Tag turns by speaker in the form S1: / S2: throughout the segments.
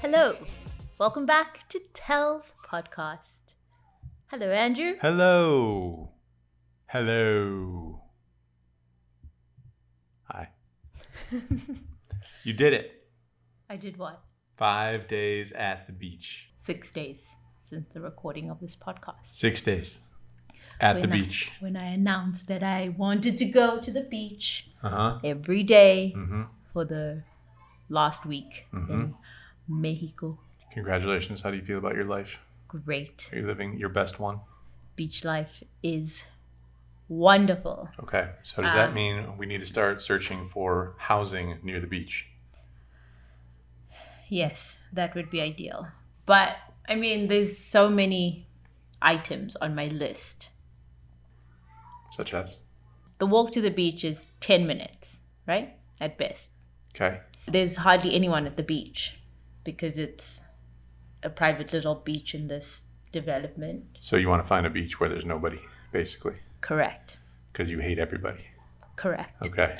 S1: Hello. Welcome back to Tells Podcast. Hello, Andrew.
S2: Hello. Hello. Hi. you did it.
S1: I did what?
S2: Five days at the beach.
S1: Six days since the recording of this podcast.
S2: Six days at the
S1: When I-
S2: beach.
S1: When I announced that I wanted to go to the beach
S2: Uh huh.
S1: every day
S2: Mm-hmm.
S1: for the last week in Mexico.
S2: Congratulations. How do you feel about your life?
S1: Great.
S2: Are you living your best one?
S1: Beach life is wonderful.
S2: Okay. So does that mean we need to start searching for housing near the beach?
S1: Yes, that would be ideal. But I mean, there's so many items on my list.
S2: Such as?
S1: The walk to the beach is 10 minutes, right? At best.
S2: Okay.
S1: There's hardly anyone at the beach because it's a private little beach in this development.
S2: So you want to find a beach where there's nobody, basically,
S1: Correct.
S2: because you hate everybody.
S1: Correct.
S2: Okay.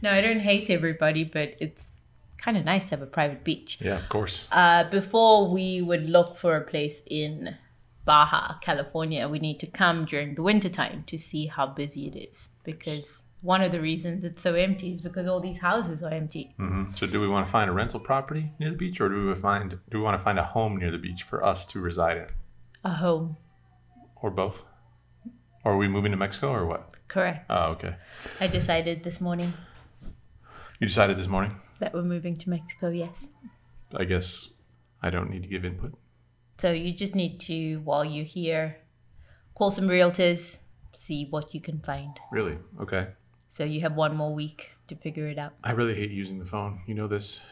S1: No, I don't hate everybody, but it's kind of nice to have a private beach.
S2: yeah, of course.
S1: Uh, before we would look for a place in Baja, California, we need to come during the wintertime to see how busy it is because one of the reasons it's so empty is because all these houses are empty.
S2: Mhm. So, do we want to find a rental property near the beach, or do we wanna find do we want to find a home near the beach for us to reside in,
S1: A home.
S2: or both? Or are we moving to Mexico, or what?
S1: Correct.
S2: Oh, okay.
S1: I decided this morning
S2: You decided this morning.
S1: that we're moving to Mexico, yes.
S2: I guess I don't need to give input.
S1: So you just need to, while you're here, call some realtors, see what you can find.
S2: Really? Okay.
S1: So you have one more week to figure it out.
S2: I really hate using the phone. You know this.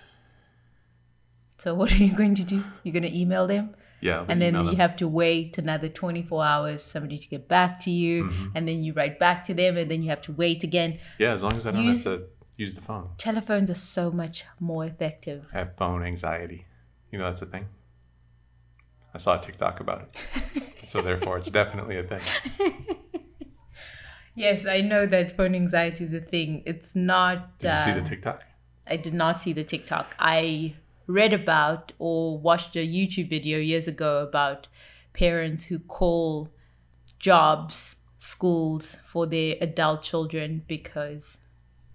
S1: So what are you going to do? You're going to email them?
S2: Yeah. we
S1: and then
S2: email
S1: you
S2: them.
S1: have to wait another 24 hours for somebody to get back to you and then you write back to them and then you have to wait again
S2: yeah, as long as I don't
S1: Use-
S2: have to use the phone.
S1: telephones are so much more effective
S2: I have phone anxiety. You know that's a thing. I saw a TikTok about it. so therefore, it's definitely a thing.
S1: yes i know that phone anxiety is a thing it's not
S2: Did you see the TikTok?
S1: i did not see the tiktok i read about or watched a youtube video years ago about parents who call jobs schools for their adult children because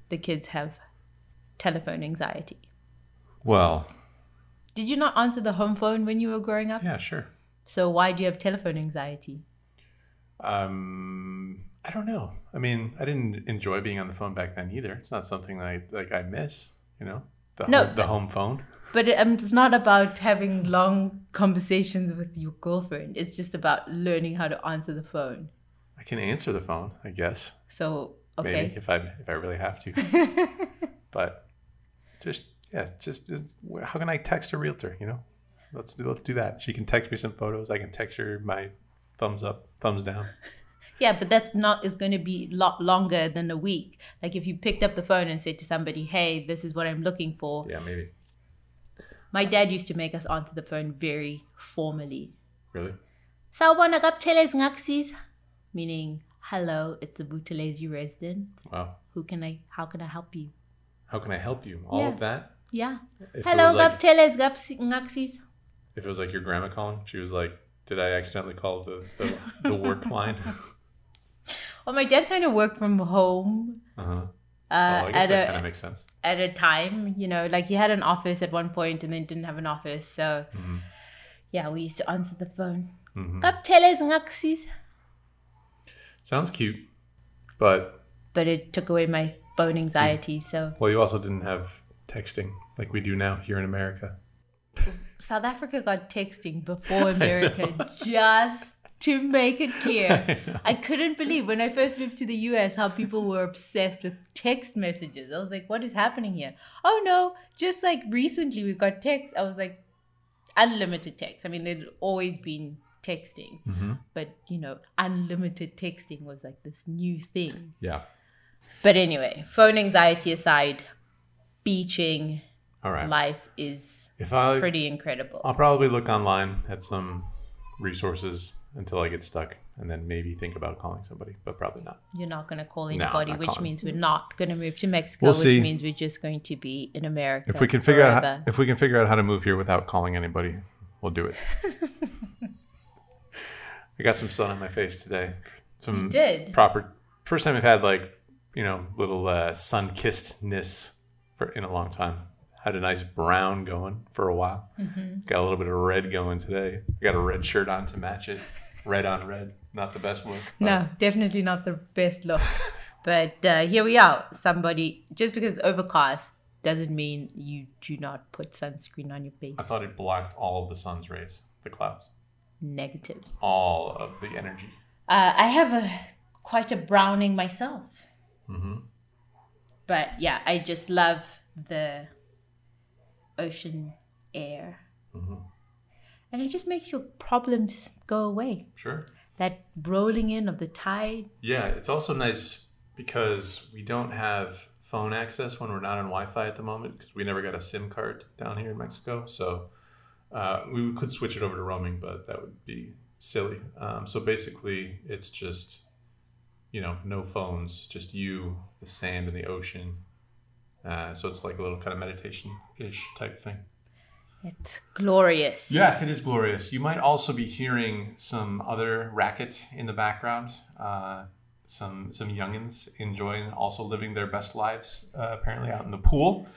S1: the kids have telephone anxiety
S2: Well,
S1: Did you not answer the home phone when you were growing up?
S2: yeah, sure.
S1: So why do you have telephone anxiety?
S2: Um, I don't know. I mean, I didn't enjoy being on the phone back then either. It's not something like like I miss. You know, the
S1: No,
S2: home, the home phone.
S1: But it- um, it's not about having long conversations with your girlfriend. It's just about learning how to answer the phone.
S2: I can answer the phone, I guess.
S1: So okay,
S2: Maybe if I if I really have to. but just yeah, just, just how can I text a realtor? You know, let's do, let's do that. She can text me some photos. I can text her my thumbs up, thumbs down.
S1: yeah, but that's not is going to be a lot longer than a week. Like if you picked up the phone and said to somebody, "Hey, this is what I'm looking for."
S2: Yeah, maybe.
S1: My dad used to make us answer the phone very formally.
S2: Really?
S1: "Sawubona kabutheles ngakusiza," meaning hello, it's the Buthelezi resident.
S2: Wow.
S1: Who can I? How can I help you?
S2: How can I help you? All
S1: Yeah.
S2: of that.
S1: Yeah.
S2: If it
S1: Hello,
S2: was like-
S1: Gapteles Gapsis.
S2: if it was like your grandma calling, she was like, "Did I accidentally call the the, the work line?"
S1: Well, Oh, my dad kind of worked from home
S2: Uh-huh.
S1: uh,
S2: oh, I guess
S1: at
S2: that kind
S1: a
S2: of makes sense.
S1: at a time. You know, like he had an office at one point and then didn't have an office. So
S2: Mhm.
S1: yeah, we used to answer the phone.
S2: Mhm.
S1: Gapteles Ngaksis.
S2: Sounds cute, but
S1: But it took away my phone anxiety. So
S2: well, you also didn't have texting like we do now here in America.
S1: South Africa got texting before America, just to make it clear. I couldn't believe when I first moved to the US how people were obsessed with text messages. I was like, what is happening here? Oh no, just like recently we got text. I was like, unlimited text. I mean, there'd always been texting,
S2: Mhm.
S1: but you know, unlimited texting was like this new thing.
S2: Yeah.
S1: But anyway, phone anxiety aside, beaching
S2: All right.
S1: life is
S2: if I,
S1: pretty incredible.
S2: I'll probably look online at some resources until I get stuck, and then maybe think about calling somebody, but probably not.
S1: You're not going to call
S2: I'm
S1: anybody,
S2: not
S1: which
S2: calling.
S1: means we're not going to move to Mexico,
S2: We'll
S1: which
S2: see.
S1: means we're just going to be in America.
S2: If we can figure out
S1: forever.
S2: how, if we can figure out how to move here without calling anybody, we'll do it. I got some sun on my face today. Some
S1: did.
S2: proper first time I've had like you know little uh, sun kissedness for in a long time. Had a nice brown going for a while. Got a little bit of red going today. Got a red shirt on to match it. Red on red, not the best look. but
S1: No, definitely not the best look. but uh, here we are. Somebody, just because it's overcast doesn't mean you do not put sunscreen on your face.
S2: I thought it blocked all of the sun's rays, the clouds,
S1: Negative.
S2: all of the energy.
S1: Uh, I have a quite a browning myself. But yeah, I just love the ocean air. And it just makes your problems go away.
S2: Sure.
S1: That rolling in of the tide.
S2: Yeah, it's also nice because we don't have phone access when we're not on Wi-Fi at the moment because we never got a SIM card down here in Mexico. So uh, we could switch it over to roaming, but that would be silly. Um, so basically, it's just you know no phones, just you, the sand, and the ocean. Uh, so it's like a little kind of meditation ish type thing.
S1: It's glorious.
S2: Yes, it is glorious. You might also be hearing some other racket in the background. Uh, some some youngins enjoying also living their best lives. Uh, apparently, out in the pool.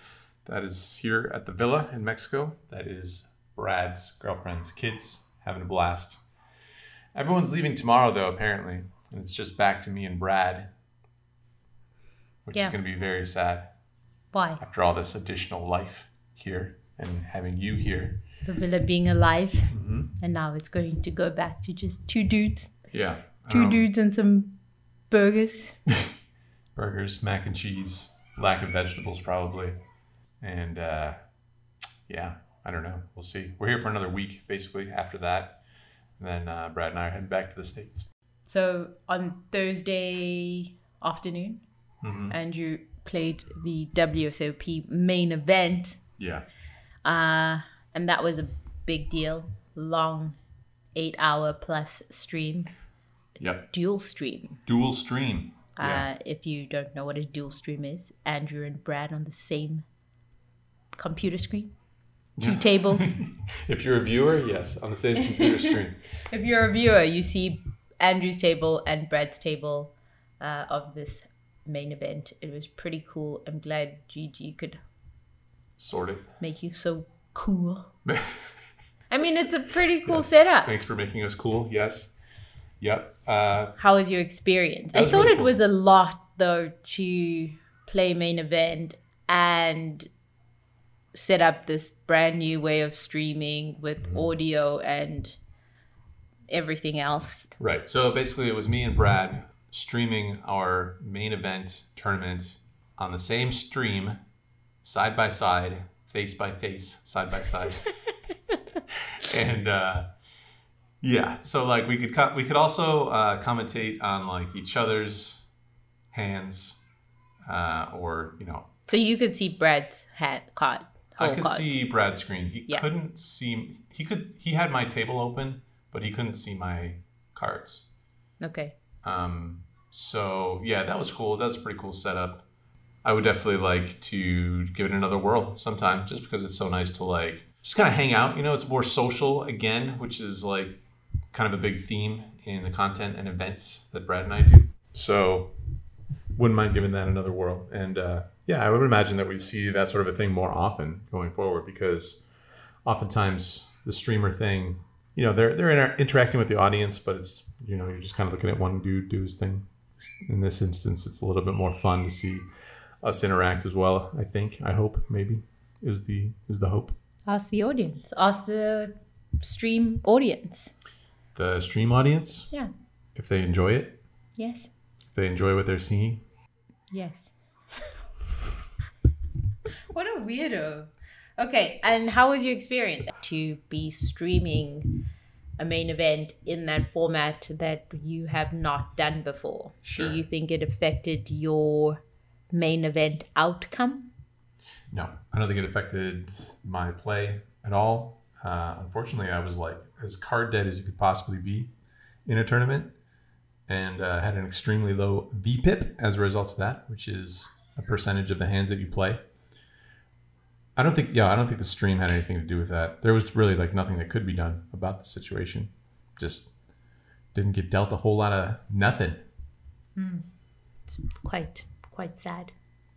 S2: That is here at the villa in Mexico. That is Brad's girlfriend's kids having a blast. Everyone's leaving tomorrow though, apparently, and it's just back to me and Brad, which
S1: Yeah.
S2: is going to be very sad
S1: Why?
S2: after all this additional life here and having you here.
S1: The villa being alive. And now it's going to go back to just two dudes.
S2: Yeah. I
S1: Two
S2: don't-
S1: dudes and some burgers.
S2: burgers, mac and cheese, lack of vegetables probably, and uh, yeah, I don't know. We'll see. We're here for another week basically. After that, and then uh, Brad and I are heading back to the states.
S1: So on Thursday afternoon, Andrew played the WSOP main event,
S2: Yeah,
S1: uh, and that was a big deal. Long, eight hour plus stream,
S2: yep.
S1: dual stream.
S2: Dual stream.
S1: Uh, if you don't know what a dual stream is, Andrew and Brad on the same computer screen, two tables.
S2: If you're a viewer, yes, on the same computer screen.
S1: if you're a viewer, you see Andrew's table and Brad's table uh, of this main event. It was pretty cool. I'm glad Gigi could
S2: Sort it.
S1: make you so cool. I mean, it's a pretty cool setup.
S2: Thanks for making us cool. Yes. Yep. Uh,
S1: How was your experience? I
S2: was
S1: thought
S2: really
S1: it
S2: cool.
S1: was a lot though to play main event and set up this brand new way of streaming with
S2: Mm-hmm.
S1: audio and everything else.
S2: Right. So basically, it was me and Brad streaming our main event tournament on the same stream, side by side, face by face, side by side, and uh, yeah. So like we could co- we could also uh, commentate on like each other's hands, uh, or you know,
S1: So you could see Brad's hat card.
S2: I
S1: whole
S2: could
S1: cards.
S2: see Brad's screen. He
S1: Yeah.
S2: couldn't see. He could. He had my table open, but he couldn't see my cards.
S1: Okay.
S2: Um, so yeah, that was cool. That was a pretty cool setup. I would definitely like to give it another whirl sometime, just because it's so nice to like just kind of hang out. You know, it's more social again, which is like kind of a big theme in the content and events that Brad and I do. So wouldn't mind giving that another whirl. And uh, yeah, I would imagine that we see that sort of a thing more often going forward because oftentimes the streamer thing, you know, they're they're inter- interacting with the audience, but it's you know you're just kind of looking at one dude do his thing. In this instance, it's a little bit more fun to see us interact as well. I think, I hope, maybe is the is the hope.
S1: Ask the audience. Ask the stream audience.
S2: The stream audience,
S1: Yeah.
S2: if they enjoy it,
S1: Yes.
S2: if they enjoy what they're seeing,
S1: Yes. what a weirdo. Okay, and how was your experience to be streaming a main event in that format that you have not done before?
S2: Sure.
S1: Do you think it affected your main event outcome?
S2: No, I don't think it affected my play at all. Uh, unfortunately, I was like as card dead as you could possibly be in a tournament. and uh, had an extremely low BPIP as a result of that, which is a percentage of the hands that you play. I don't think, yeah, I don't think the stream had anything to do with that. There was really like nothing that could be done about the situation. Just didn't get dealt a whole lot of nothing.
S1: It's quite quite sad.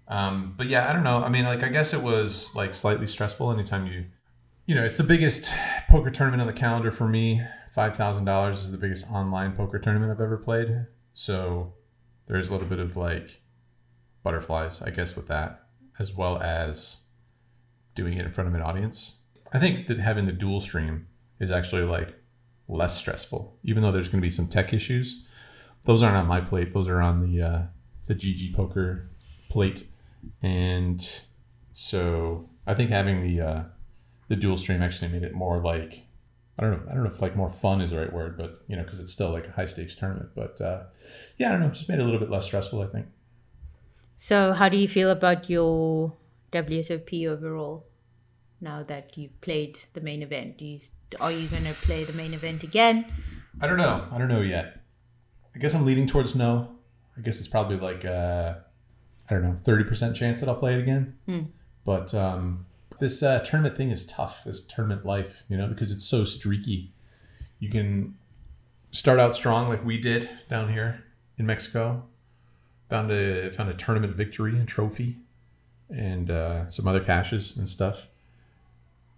S2: Um, but yeah, I don't know. I mean, like, I guess it was like slightly stressful anytime you, you know, it's the biggest poker tournament on the calendar for me. $5,000 is the biggest online poker tournament I've ever played. So there's a little bit of like butterflies, I guess, with that, as well as doing it in front of an audience. I think that having the dual stream is actually like less stressful, even though there's going to be some tech issues. Those aren't on my plate. Those are on the uh, the GG Poker plate, and so I think having the uh, the dual stream actually made it more like I don't know I don't know if like more fun is the right word, but you know because it's still like a high stakes tournament. But uh, yeah, I don't know. It just made it a little bit less stressful. I think.
S1: So how do you feel about your WSOP overall now that you've played the main event? Do you are you going to play the main event again?
S2: I don't know. I don't know yet. I guess I'm leaning towards no. I guess it's probably like uh, I don't know, thirty percent chance that I'll play it again. But um, this uh, tournament thing is tough. This tournament life, you know, because it's so streaky. You can start out strong like we did down here in Mexico. Found a found a tournament victory and trophy, and uh, some other caches and stuff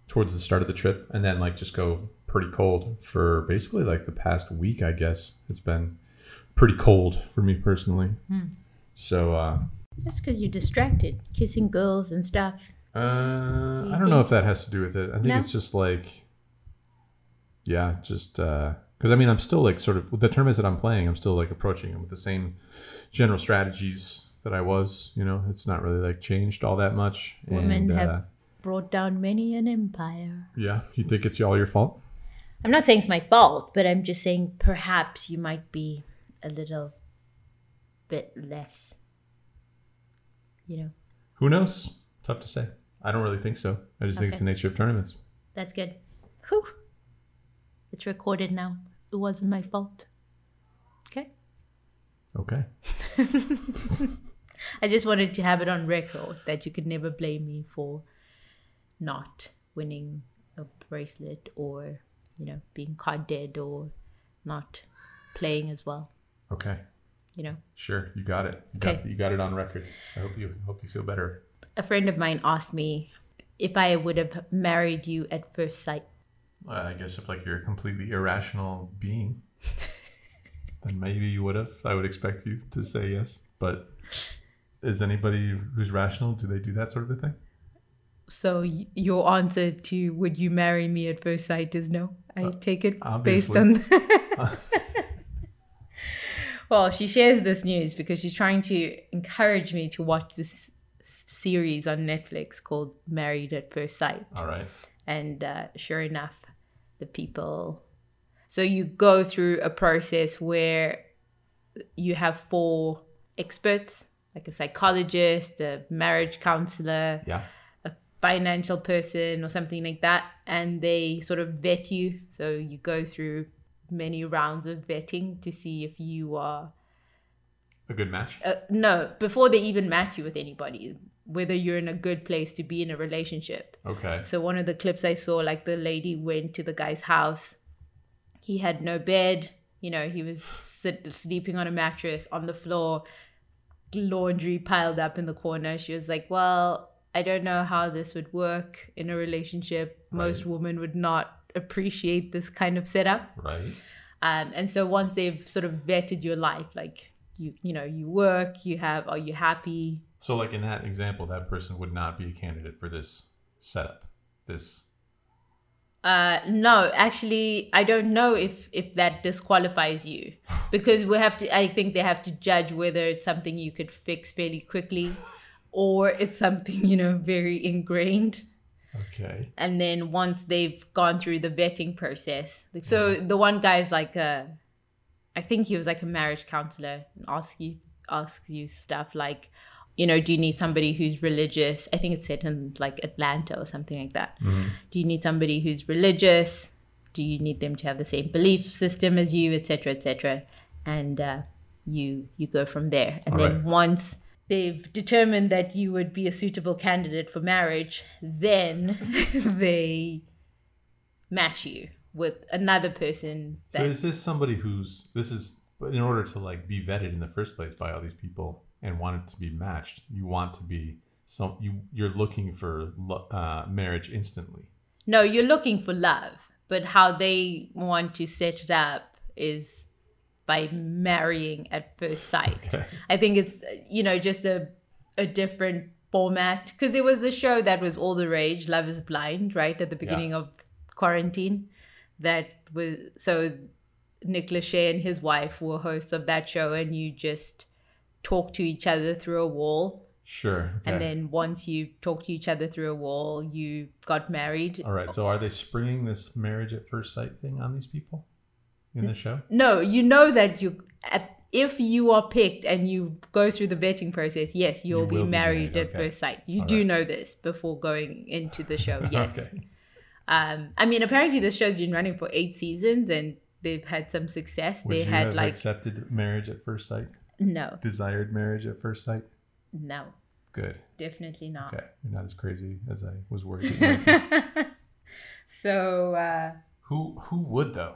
S2: towards the start of the trip, and then like just go pretty cold for basically like the past week. I guess it's been pretty cold for me personally.
S1: Hmm.
S2: So. Uh,
S1: That's because you're distracted, kissing girls and stuff.
S2: uh,
S1: you
S2: I don't know if that has to do with it. I think
S1: No?
S2: it's just like, yeah, just because I mean, I'm still like sort of with the tournaments that I'm playing, I'm still like approaching them with the same general strategies that I was. You know, it's not really like changed all that much.
S1: Women
S2: and,
S1: have-
S2: uh,
S1: Brought down many an empire.
S2: yeah, you think it's all your fault?
S1: I'm not saying it's my fault, but I'm just saying perhaps you might be a little bit less. You know,
S2: Who knows? Tough to say. I don't really think so. I just think it's the nature of tournaments.
S1: that's good. Whew. It's recorded now. It wasn't my fault. Okay.
S2: Okay.
S1: I just wanted to have it on record that you could never blame me for not winning a bracelet or, you know, being caught dead or not playing as well,
S2: Okay.
S1: you know.
S2: Sure. You got it. You, got,
S1: Okay.
S2: you got it on record. I hope you hope you feel better.
S1: a friend of mine asked me if I would have married you at first sight.
S2: Uh, I guess if like you're a completely irrational being, then maybe you would have. I would expect you to say yes. But is anybody who's rational? Do they do that sort of a thing?
S1: So y- your answer to would you marry me at first sight is no. I take it
S2: obviously.
S1: based on. well, she shares this news because she's trying to encourage me to watch this s- series on Netflix called Married at First Sight.
S2: All right.
S1: and uh, sure enough the people so you go through a process where you have four experts like a psychologist a marriage counselor
S2: Yeah.
S1: financial person or something like that and they sort of vet you so you go through many rounds of vetting to see if you are
S2: A good match.
S1: uh, no before they even match you with anybody whether you're in a good place to be in a relationship
S2: Okay.
S1: so one of the clips I saw, like the lady went to the guy's house. He had no bed. You know, he was sit- sleeping on a mattress on the floor, laundry piled up in the corner. She was like, "Well, I don't know how this would work in a relationship. Most women would not appreciate this kind of setup."
S2: Right.
S1: Um, and so once they've sort of vetted your life, like you, you know, you work, you have, are you happy?
S2: So like in that example, that person would not be a candidate for this setup. This.
S1: Uh, no, actually, I don't know if if that disqualifies you because we have to. I think they have to judge whether it's something you could fix fairly quickly, or it's something you know very ingrained.
S2: Okay.
S1: And then once they've gone through the vetting process, like, so the one guy's like a, I think he was like a marriage counselor and asks you asks you stuff like, you know, do you need somebody who's religious? I think it's set in like Atlanta or something like that. Do you need somebody who's religious? Do you need them to have the same belief system as you, etc., etc.? and uh, you you go from there. And
S3: All
S1: then
S3: right.
S1: once they've determined that you would be a suitable candidate for marriage, then they match you with another person.
S2: So
S1: That,
S2: is this somebody who's this is but in order to like be vetted in the first place by all these people and wanted to be matched, you want to be some you you're looking for lo- uh, marriage instantly.
S1: no, you're looking for love, but how they want to set it up is by marrying at first sight.
S2: Okay.
S1: I think it's you know just a a different format because there was a show that was all the rage, Love Is Blind, right at the beginning of quarantine. That was so Nick Lachey and his wife were hosts of that show, and you just talk to each other through a wall.
S2: Sure. Okay.
S1: And then once you talk to each other through a wall, you got married.
S2: all right. So are they springing this marriage at first sight thing on these people in the show?
S1: No, you know that you at, if you are picked and you go through the vetting process, yes, you'll
S2: You
S1: be
S2: will be
S1: married
S2: married,
S1: at
S2: okay.
S1: first sight. You
S2: All
S1: do
S2: right.
S1: know this before going into the show. Yes.
S2: Okay.
S1: Um I mean apparently this show's been running for 8 seasons and they've had some success.
S2: Would
S1: they
S2: you
S1: had
S2: have
S1: like
S2: accepted marriage at first sight?
S1: no.
S2: Desired marriage at first sight?
S1: No.
S2: Good.
S1: Definitely not.
S2: Okay. You're not as crazy as I was worried. that you might be.
S1: So uh
S2: who who would though?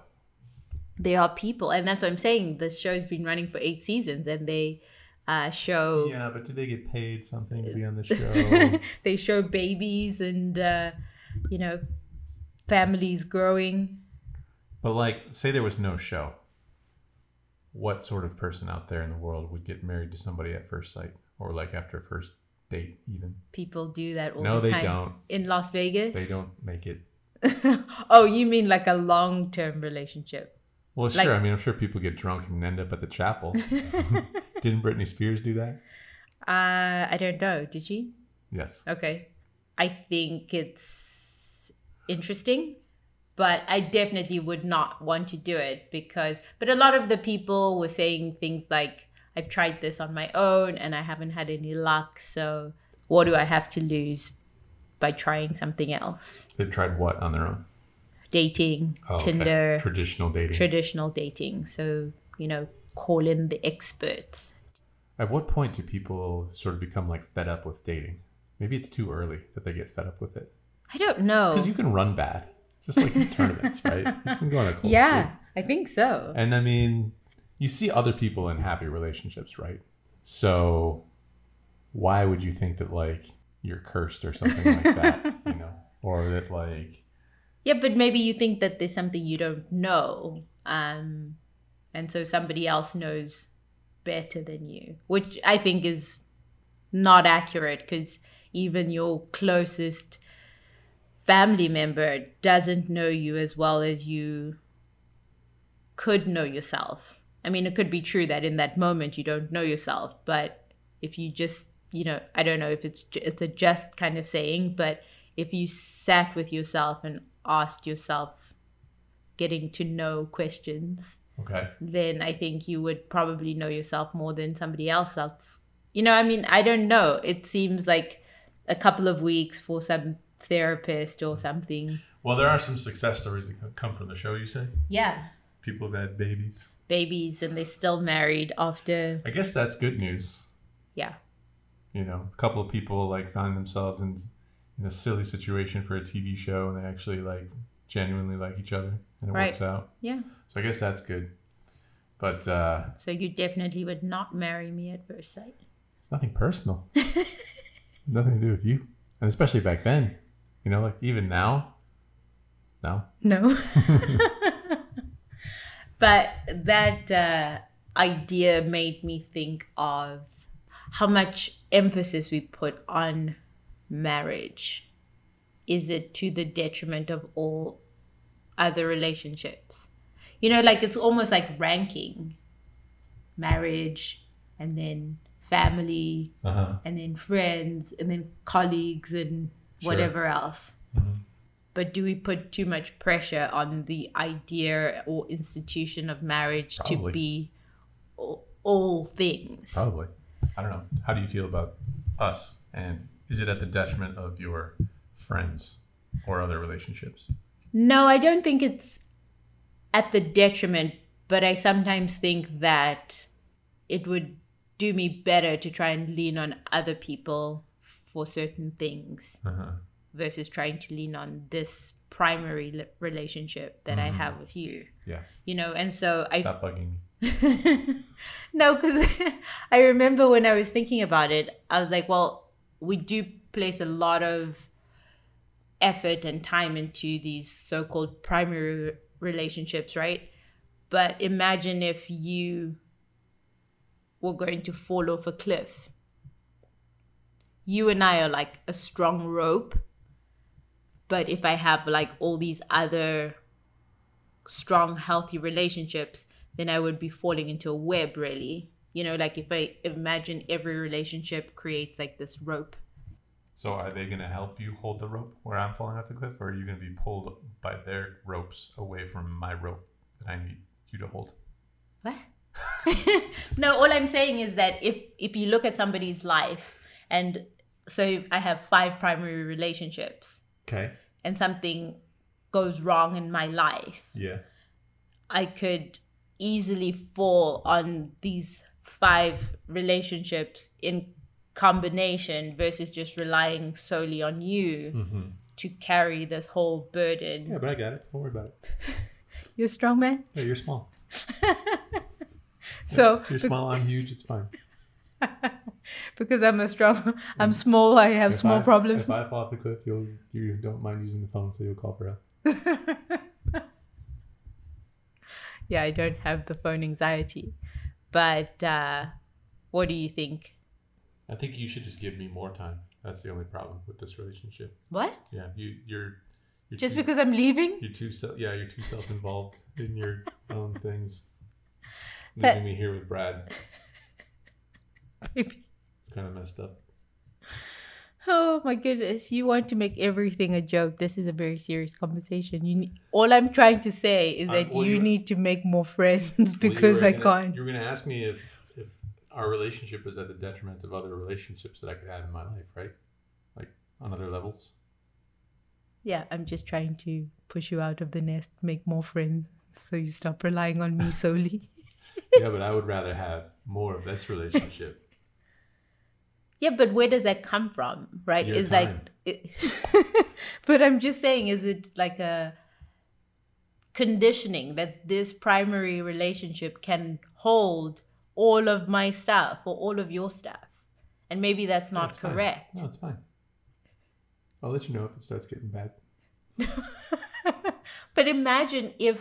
S1: they are people and that's what I'm saying. This show's been running for 8 seasons and they uh show
S2: Yeah, but do they get paid something to be on the show?
S1: they show babies and uh, you know families growing
S2: but like, say there was no show. What sort of person out there in the world would get married to somebody at first sight, or like after first date? Even
S1: people do that all
S2: No,
S1: the
S2: they
S1: time
S2: don't.
S1: in las vegas
S2: they don't make it.
S1: oh you mean like a long-term relationship
S2: Well,
S1: Like-
S2: sure. I mean, I'm sure people get drunk and end up at the chapel. Didn't Britney Spears do that?
S1: uh i don't know did she
S2: Yes.
S1: okay i think it's interesting but i definitely would not want to do it because but a lot of the people were saying things like i've tried this on my own and i haven't had any luck so what do i have to lose by trying something else
S2: They've tried what on their own?
S1: dating
S2: Oh, okay.
S1: tinder
S2: Traditional dating.
S1: traditional dating so you know call in the experts
S2: At what point do people sort of become like fed up with dating? Maybe it's too early that they get fed up with it.
S1: i don't know
S2: Because you can run bad, just like in tournaments, right? You can go on a cold
S1: yeah
S2: streak.
S1: i think so
S2: And I mean, you see other people in happy relationships, right? So why would you think that like you're cursed or something like that, you know? Or that like
S1: Yeah, but maybe you think that there's something you don't know. Um, and so somebody else knows better than you, which I think is not accurate because even your closest family member doesn't know you as well as you could know yourself. I mean, it could be true that in that moment you don't know yourself, but if you just, you know, I don't know if it's ju- it's a just kind of saying, but if you sat with yourself and asked yourself getting to know questions,
S2: okay,
S1: then I think you would probably know yourself more than somebody else else. You know, I mean, I don't know. It seems like a couple of weeks for some therapist or something.
S2: well, there are some success stories that come from the show. You say
S1: Yeah.
S2: people have had babies.
S1: Babies and they're still married after,
S2: I guess that's good news.
S1: yeah.
S2: you know, a couple of people like find themselves in in a silly situation for a TV show, and they actually like genuinely like each other, and it
S1: Right.
S2: works out.
S1: Yeah.
S2: So I guess that's good. But uh,
S1: So you definitely would not marry me at first sight.
S2: it's nothing personal. nothing to do with you, and especially back then. You know, like even now. No.
S1: No. but that uh, idea made me think of how much emphasis we put on marriage. Is it to the detriment of all other relationships? You know, like it's almost like ranking marriage and then family
S2: Uh huh.
S1: and then friends and then colleagues and
S2: Sure. Mm-hmm.
S1: whatever else. But do we put too much pressure on the idea or institution of marriage
S2: Probably.
S1: to be all, all things?
S2: Probably. I don't know. How do you feel about us? And is it at the detriment of your friends or other relationships?
S1: No, I don't think it's at the detriment But I sometimes think that it would do me better to try and lean on other people for certain things
S2: Uh-huh.
S1: versus trying to lean on this primary li- relationship that I
S2: Mm-hmm.
S1: have with you.
S2: Yeah.
S1: You know, and so I
S2: Stop bugging me.
S1: No, because I remember when I was thinking about it, I was like, well, we do place a lot of effort and time into these so called primary relationships, right? But imagine if you were going to fall off a cliff. You and I are like a strong rope. But if I have like all these other strong healthy relationships then i would be falling into a web really you know like if i imagine every relationship creates like this rope
S2: So are they going to help you hold the rope where I'm falling off the cliff, or are you going to be pulled by their ropes away from my rope that I need you to hold?
S1: what no all i'm saying is that if if you look at somebody's life and so i have five primary relationships
S2: Okay.
S1: and something goes wrong in my life
S2: Yeah.
S1: I could easily fall on these five relationships in combination versus just relying solely on you
S2: Mm-hmm.
S1: to carry this whole burden.
S2: but I got it. Don't worry about it.
S1: You're a strong man.
S2: Yeah, you're small.
S1: So
S2: You're small. I'm huge. It's fine.
S1: because I'm a strong I'm small, I have small problems.
S2: Mm. If I fall off the cliff, you'll you don't mind using the phone, so you'll call for help.
S1: yeah, I don't have the phone anxiety. But uh what do you think?
S2: I think you should just give me more time. That's the only problem with this relationship.
S1: What?
S2: Yeah, you you're, you're
S1: Just
S2: too,
S1: because I'm leaving?
S2: you're too self yeah you're too self involved in your own things.
S1: That-
S2: Leaving me here with Brad,
S1: Baby.
S2: it's kind of messed up.
S1: Oh my goodness, you want to make everything a joke. This is a very serious conversation. You ne- all I'm trying to say is
S2: Um,
S1: that
S2: well,
S1: you
S2: you-
S1: need to make more friends
S2: Well, you
S1: because
S2: were
S1: I
S2: gonna-
S1: can't.
S2: You were gonna ask me if if our relationship was at the detriment of other relationships that I could have in my life, right? Like on other levels.
S1: Yeah, I'm just trying to push you out of the nest, make more friends so you stop relying on me solely.
S2: yeah, but I would rather have more of this relationship.
S1: Yeah, but where does that come from, right?
S2: Your
S1: is
S2: time.
S1: like it, But I'm just saying is it like a conditioning that this primary relationship can hold all of my stuff or all of your stuff? And maybe that's not
S2: That's fine.
S1: correct.
S2: No, it's fine. I'll let you know if it starts getting bad.
S1: But imagine if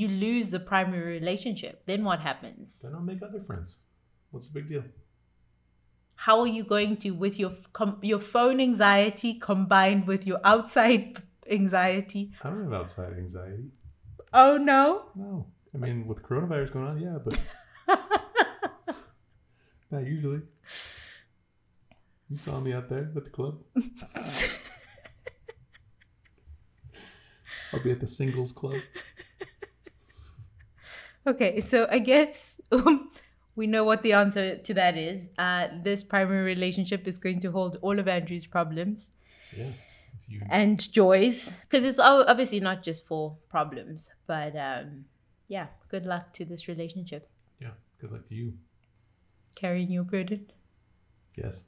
S1: you lose the primary relationship, then what happens?
S2: Then I'll make other friends. What's the big deal?
S1: How are you going to with your com- your phone anxiety combined with your outside anxiety?
S2: I don't have outside anxiety.
S1: Oh no.
S2: No. I mean, with coronavirus going on, yeah, but not usually. You saw me out there at the club. I'll be at the singles club.
S1: Okay, so I guess we know what the answer to that is. Uh, this primary relationship is going to hold all of Andrew's problems
S2: Yeah. If you
S1: and joys, because it's o- obviously not just for problems. But um, yeah, good luck to this relationship
S2: yeah, good luck to you.
S1: carrying your burden.
S2: Yes.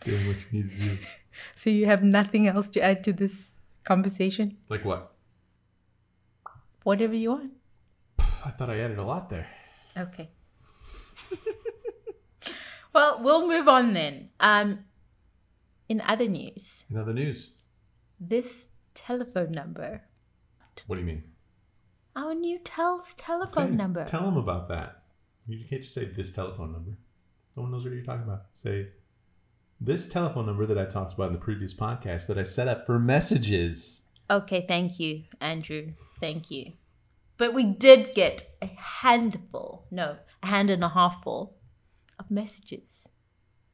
S2: Doing what you need to do.
S1: So you have nothing else to add to this conversation?
S2: Like what?
S1: Whatever you want.
S2: I thought I added a lot there.
S1: Okay. well, we'll move on then. Um, in other news,
S2: In other news,
S1: this telephone number.
S2: what do you mean?
S1: Our new Tel's telephone
S2: Okay,
S1: number.
S2: Tell them about that. You can't just say this telephone number. No one knows what you're talking about. Say this telephone number that I talked about in the previous podcast that I set up for messages.
S1: okay, thank you, Andrew. Thank you. But we did get a handful, no, a hand and a half full of messages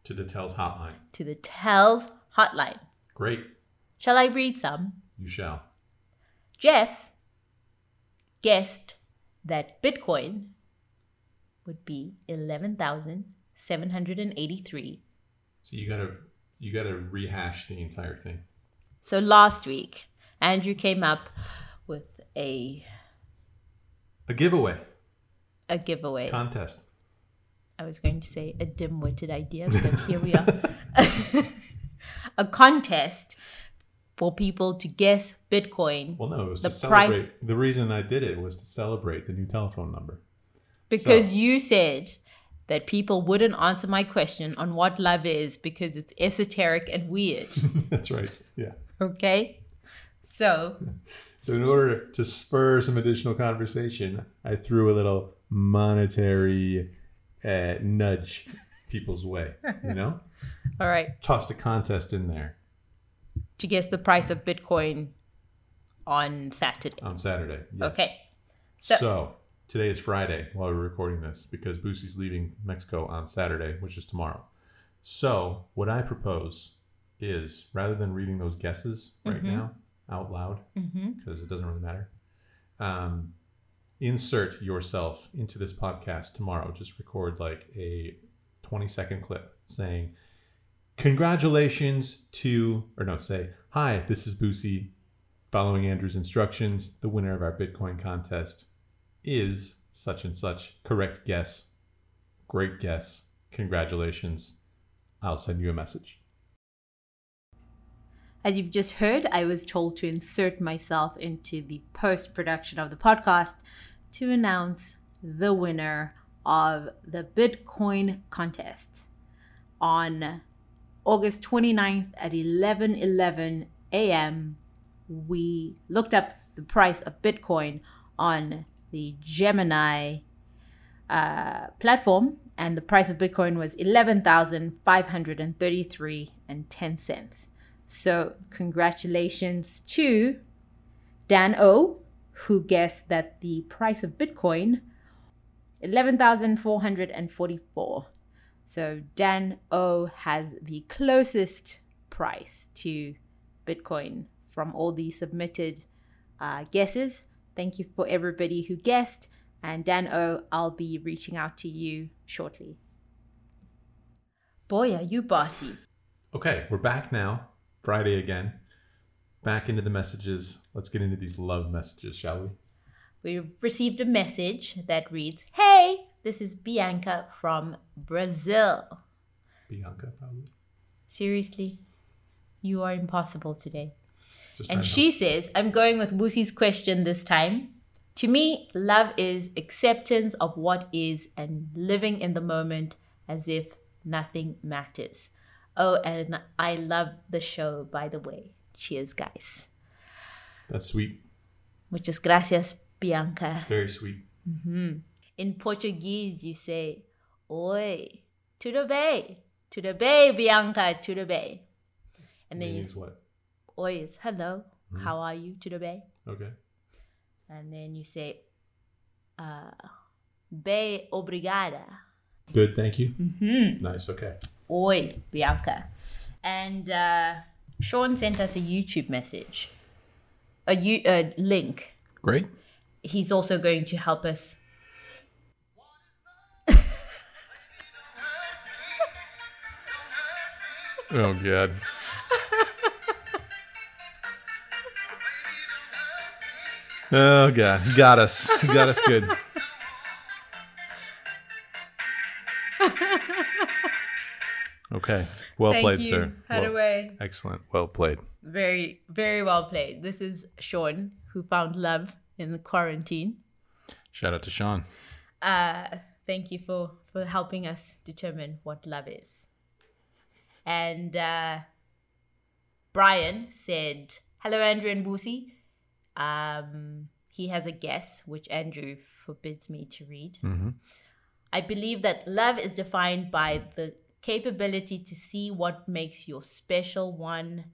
S2: To the Tells hotline.
S1: to the Tel's hotline.
S2: Great.
S1: Shall I read some?
S2: You shall.
S1: Jeff guessed that Bitcoin would be 11,783.
S2: So you gotta you gotta rehash the entire thing.
S1: So last week, Andrew came up with a
S2: A giveaway
S1: A giveaway.
S2: contest.
S1: I was going to say a dim-witted idea, but here we are. a contest for people to guess Bitcoin
S2: Well, no, it was
S1: The
S2: to
S1: price-
S2: celebrate. The reason I did it was to celebrate the new telephone number.
S1: because you said that people wouldn't answer my question on what love is because it's esoteric and weird.
S2: That's right. Yeah.
S1: Okay? So,
S2: So in order to spur some additional conversation, I threw a little monetary uh, nudge people's way. You know,
S1: all right,
S2: tossed a contest in there
S1: to guess the price of Bitcoin on Saturday.
S2: on Saturday. Yes.
S1: Okay.
S2: So,
S1: So-
S2: today is Friday while we're recording this because Boosie's leaving Mexico on Saturday, which is tomorrow. So what I propose is rather than reading those guesses right
S1: Mm-hmm.
S2: now out loud,
S1: hmm
S2: because it doesn't really matter. Um, insert yourself into this podcast tomorrow. Just record like a 20 second clip saying, Congratulations to, or no, say, Hi, this is Boosie. Following Andrew's instructions, the winner of our Bitcoin contest is such and such. Correct guess. Great guess. Congratulations. I'll send you a message.
S1: As you've just heard, I was told to insert myself into the post production of the podcast to announce the winner of the Bitcoin contest on August 29th at 11 11 a.m. We looked up the price of Bitcoin on the Gemini uh, platform, and the price of Bitcoin was 11,533 and 10 cents. So, congratulations to Dan O, who guessed that the price of Bitcoin 11,444. So, Dan O has the closest price to Bitcoin from all the submitted uh, guesses. Thank you for everybody who guessed. And Dan O, I'll be reaching out to you shortly. Boy, are you bossy.
S2: Okay, we're back now. Friday again. Back into the messages. Let's get into these love messages, shall we?
S1: we received a message that reads, Hey, this is Bianca from Brazil.
S2: Bianca, probably.
S1: Seriously, you are impossible today.
S2: Just
S1: And
S2: trying to
S1: she says, I'm going with Boosie's question this time. To me, love is acceptance of what is and living in the moment as if nothing matters. Oh, and I love the show, by the way. Cheers, guys.
S2: help. That's sweet.
S1: Muchas gracias, Bianca.
S2: Very sweet.
S1: In Portuguese, you say, Oi, to the bay, to the bay, Bianca, to the bay. And then you,
S2: Means
S1: s-
S2: what? Mm-hmm.
S1: Oi is hello, how are you, to the bay?
S2: Okay.
S1: And then you say, uh, Bay, obrigada.
S2: Good, thank you.
S1: Mm-hmm.
S2: Nice, okay.
S1: Oi, Bianca. And uh, Sean sent us a YouTube message, a U- a link.
S2: Great.
S1: He's also going to help us.
S2: Oh, God. oh, God. He got us. He got us good. Okay. Well
S1: Thank
S2: played,
S1: you.
S2: sir.
S1: Had
S2: Well-
S1: away.
S2: Excellent. Well played.
S1: Very, very well played. This is Sean, who found love in the quarantine.
S2: Shout out to Sean.
S1: Uh, thank you for, for helping us determine what love is. And uh, Brian said, Hello, Andrew and Boosie. Um, he has a guess, which Andrew forbids me to read. I believe that love is defined by the capability to see what makes your special one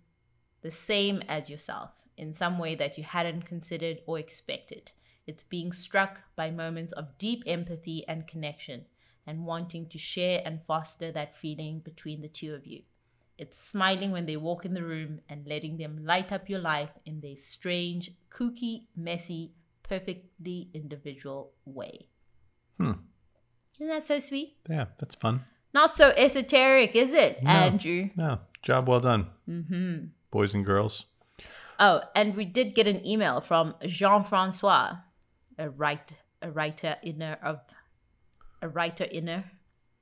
S1: the same as yourself in some way that you hadn't considered or expected. It's being struck by moments of deep empathy and connection and wanting to share and foster that feeling between the two of you. It's smiling when they walk in the room and letting them light up your life in their strange, kooky, messy, perfectly individual way. Isn't that so sweet?
S2: Hmm. Yeah, that's fun.
S1: Not so esoteric, is it, Andrew?
S2: No, job well done. Mm-hmm. Boys and girls.
S1: Oh, and we did get an email from Jean Francois, a right a writer inner of a writer inner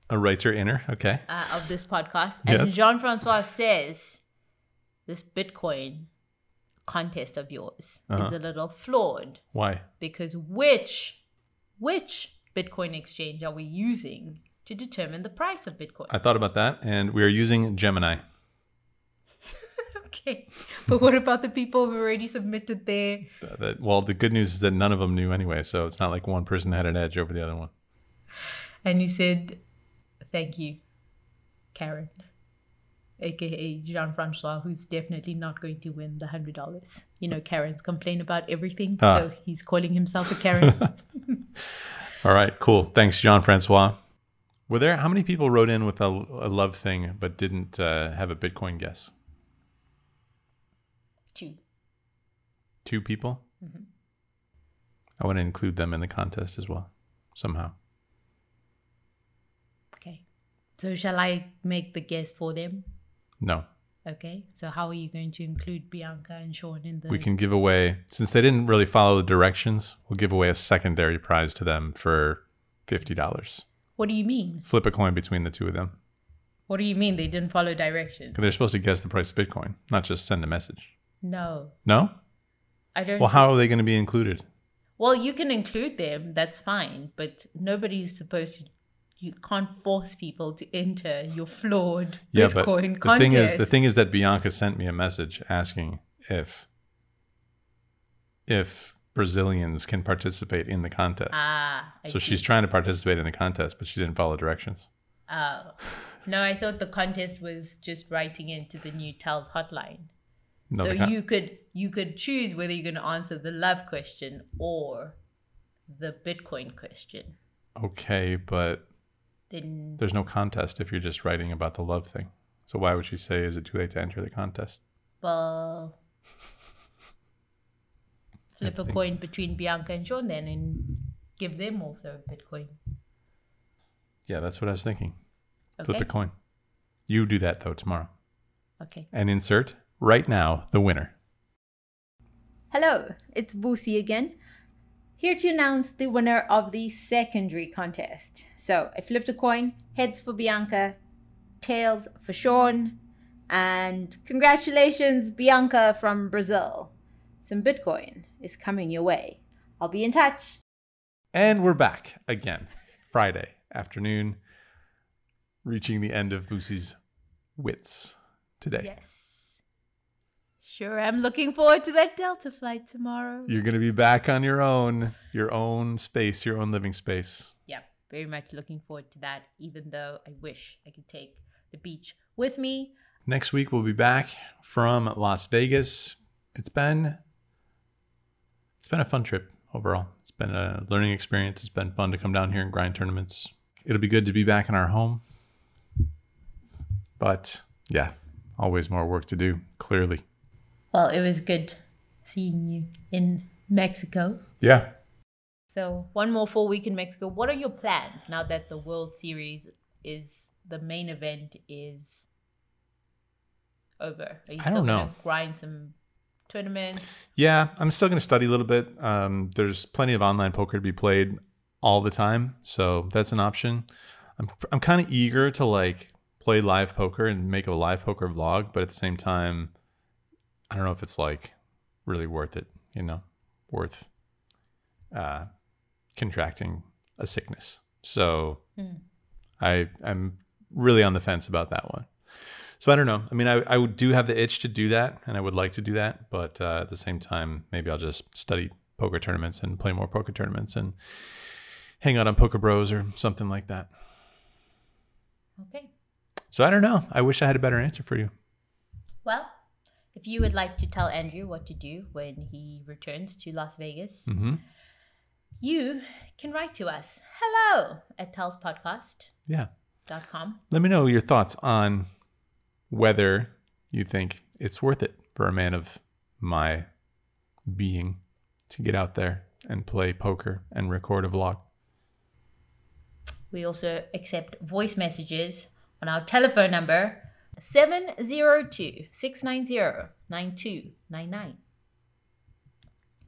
S2: A writer inner. Okay.
S1: uh, of this podcast. And
S2: Yes.
S1: Jean Francois says this Bitcoin contest of yours
S2: Uh-huh.
S1: is a little flawed
S2: Why?
S1: because which which Bitcoin exchange are we using to determine the price of Bitcoin?
S2: I thought about that, and we are using Gemini.
S1: okay, but what about the people who've already submitted their?
S2: Th- that- well, the good news is that none of them knew anyway, so it's not like one person had an edge over the other one.
S1: And you said, "Thank you, Karen." AKA Jean Francois, who's definitely not going to win the hundred dollars. You know, Karens complain about everything,
S2: Ah.
S1: so he's calling himself a Karen.
S2: All right, cool. Thanks, Jean Francois. Were there how many people wrote in with a, a love thing but didn't uh, have a Bitcoin guess?
S1: Two.
S2: Two people. I want to include them in the contest as well, somehow.
S1: Okay. So shall I make the guess for them?
S2: No,
S1: Okay. So how are you going to include Bianca and Sean in the?
S2: we can give away since they didn't really follow the directions. We'll give away a secondary prize to them for fifty dollars.
S1: What do you mean?
S2: Flip a coin between the two of them.
S1: What do you mean they didn't follow directions?
S2: 'Cause They're supposed to guess the price of Bitcoin, not just send a message.
S1: No,
S2: No.
S1: I don't.
S2: Well, how are they going to be included?
S1: Well, you can include them, that's fine, but nobody's supposed to. You can't force people to enter your flawed Bitcoin
S2: the
S1: contest.
S2: thing is, the thing is that Bianca sent me a message asking if if Brazilians can participate in the contest.
S1: Ah, I
S2: so
S1: see.
S2: she's trying to participate in the contest, but she didn't follow directions.
S1: Oh. No, I thought the contest was just writing into the new Tells hotline.
S2: No,
S1: so
S2: the con-
S1: you could you could choose whether you're going to answer the love question or the Bitcoin question.
S2: okay, but
S1: Then
S2: there's no contest if you're just writing about the love thing. So why would she say, "Is it too late to enter the contest"?
S1: well, flip a coin between Bianca and Sean then, and give them also a Bitcoin.
S2: Yeah, that's what I was thinking. Flip
S1: Okay.
S2: a coin. You do that though tomorrow,
S1: Okay.
S2: and insert right now the winner.
S1: Hello, it's Boosie again, here to announce the winner of the secondary contest. So I flipped a coin, heads for Bianca, tails for Sean, and congratulations, Bianca from Brazil. Some Bitcoin is coming your way. I'll be in touch.
S2: And we're back again, Friday afternoon, reaching the end of Boosie's wits today.
S1: Sure, I'm looking forward to that Delta flight tomorrow.
S2: You're going to be back on your own, your own space, your own living space.
S1: yeah, very much looking forward to that, even though I wish I could take the beach with me.
S2: Next week, we'll be back from Las Vegas. It's been. It's been a fun trip overall. It's been a learning experience. It's been fun to come down here and grind tournaments. It'll be good to be back in our home. But yeah, always more work to do, clearly.
S1: Well, it was good seeing you in Mexico.
S2: Yeah,
S1: So, one more full week in Mexico. What are your plans now that the World Series is the main event is over? Are you
S2: I
S1: still
S2: don't
S1: gonna
S2: know.
S1: grind some tournaments?
S2: Yeah, I'm still going to study a little bit. Um, there's plenty of online poker to be played all the time, so that's an option. I'm I'm kind of eager to like play live poker and make a live poker vlog, but at the same time, I don't know if it's like really worth it. You know, worth uh, contracting a sickness. So I I'm really on the fence about that one. So I don't know. I mean, I, I would- do have the itch to do that, and I would like to do that. But uh, at the same time, maybe I'll just study poker tournaments and play more poker tournaments and hang out on Poker Bros or something like that.
S1: Okay.
S2: So I don't know. I wish I had a better answer for you.
S1: Well, if you would like to tell Andrew what to do when he returns to Las Vegas,
S2: Mhm.
S1: you can write to us hello at tellspodcast.com.
S2: Yeah. Let me know your thoughts on whether you think it's worth it for a man of my being to get out there and play poker and record a vlog.
S1: We also accept voice messages on our telephone number 702 690 9299.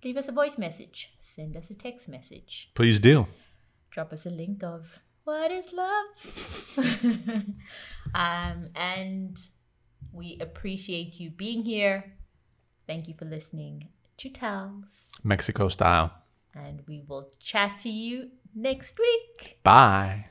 S1: Leave us a voice message send us a text message.
S2: Please do.
S1: Drop us a link of what is love? um, and we appreciate you being here. Thank you for listening to Tals.
S2: Mexico style.
S1: And we will chat to you next week.
S2: Bye.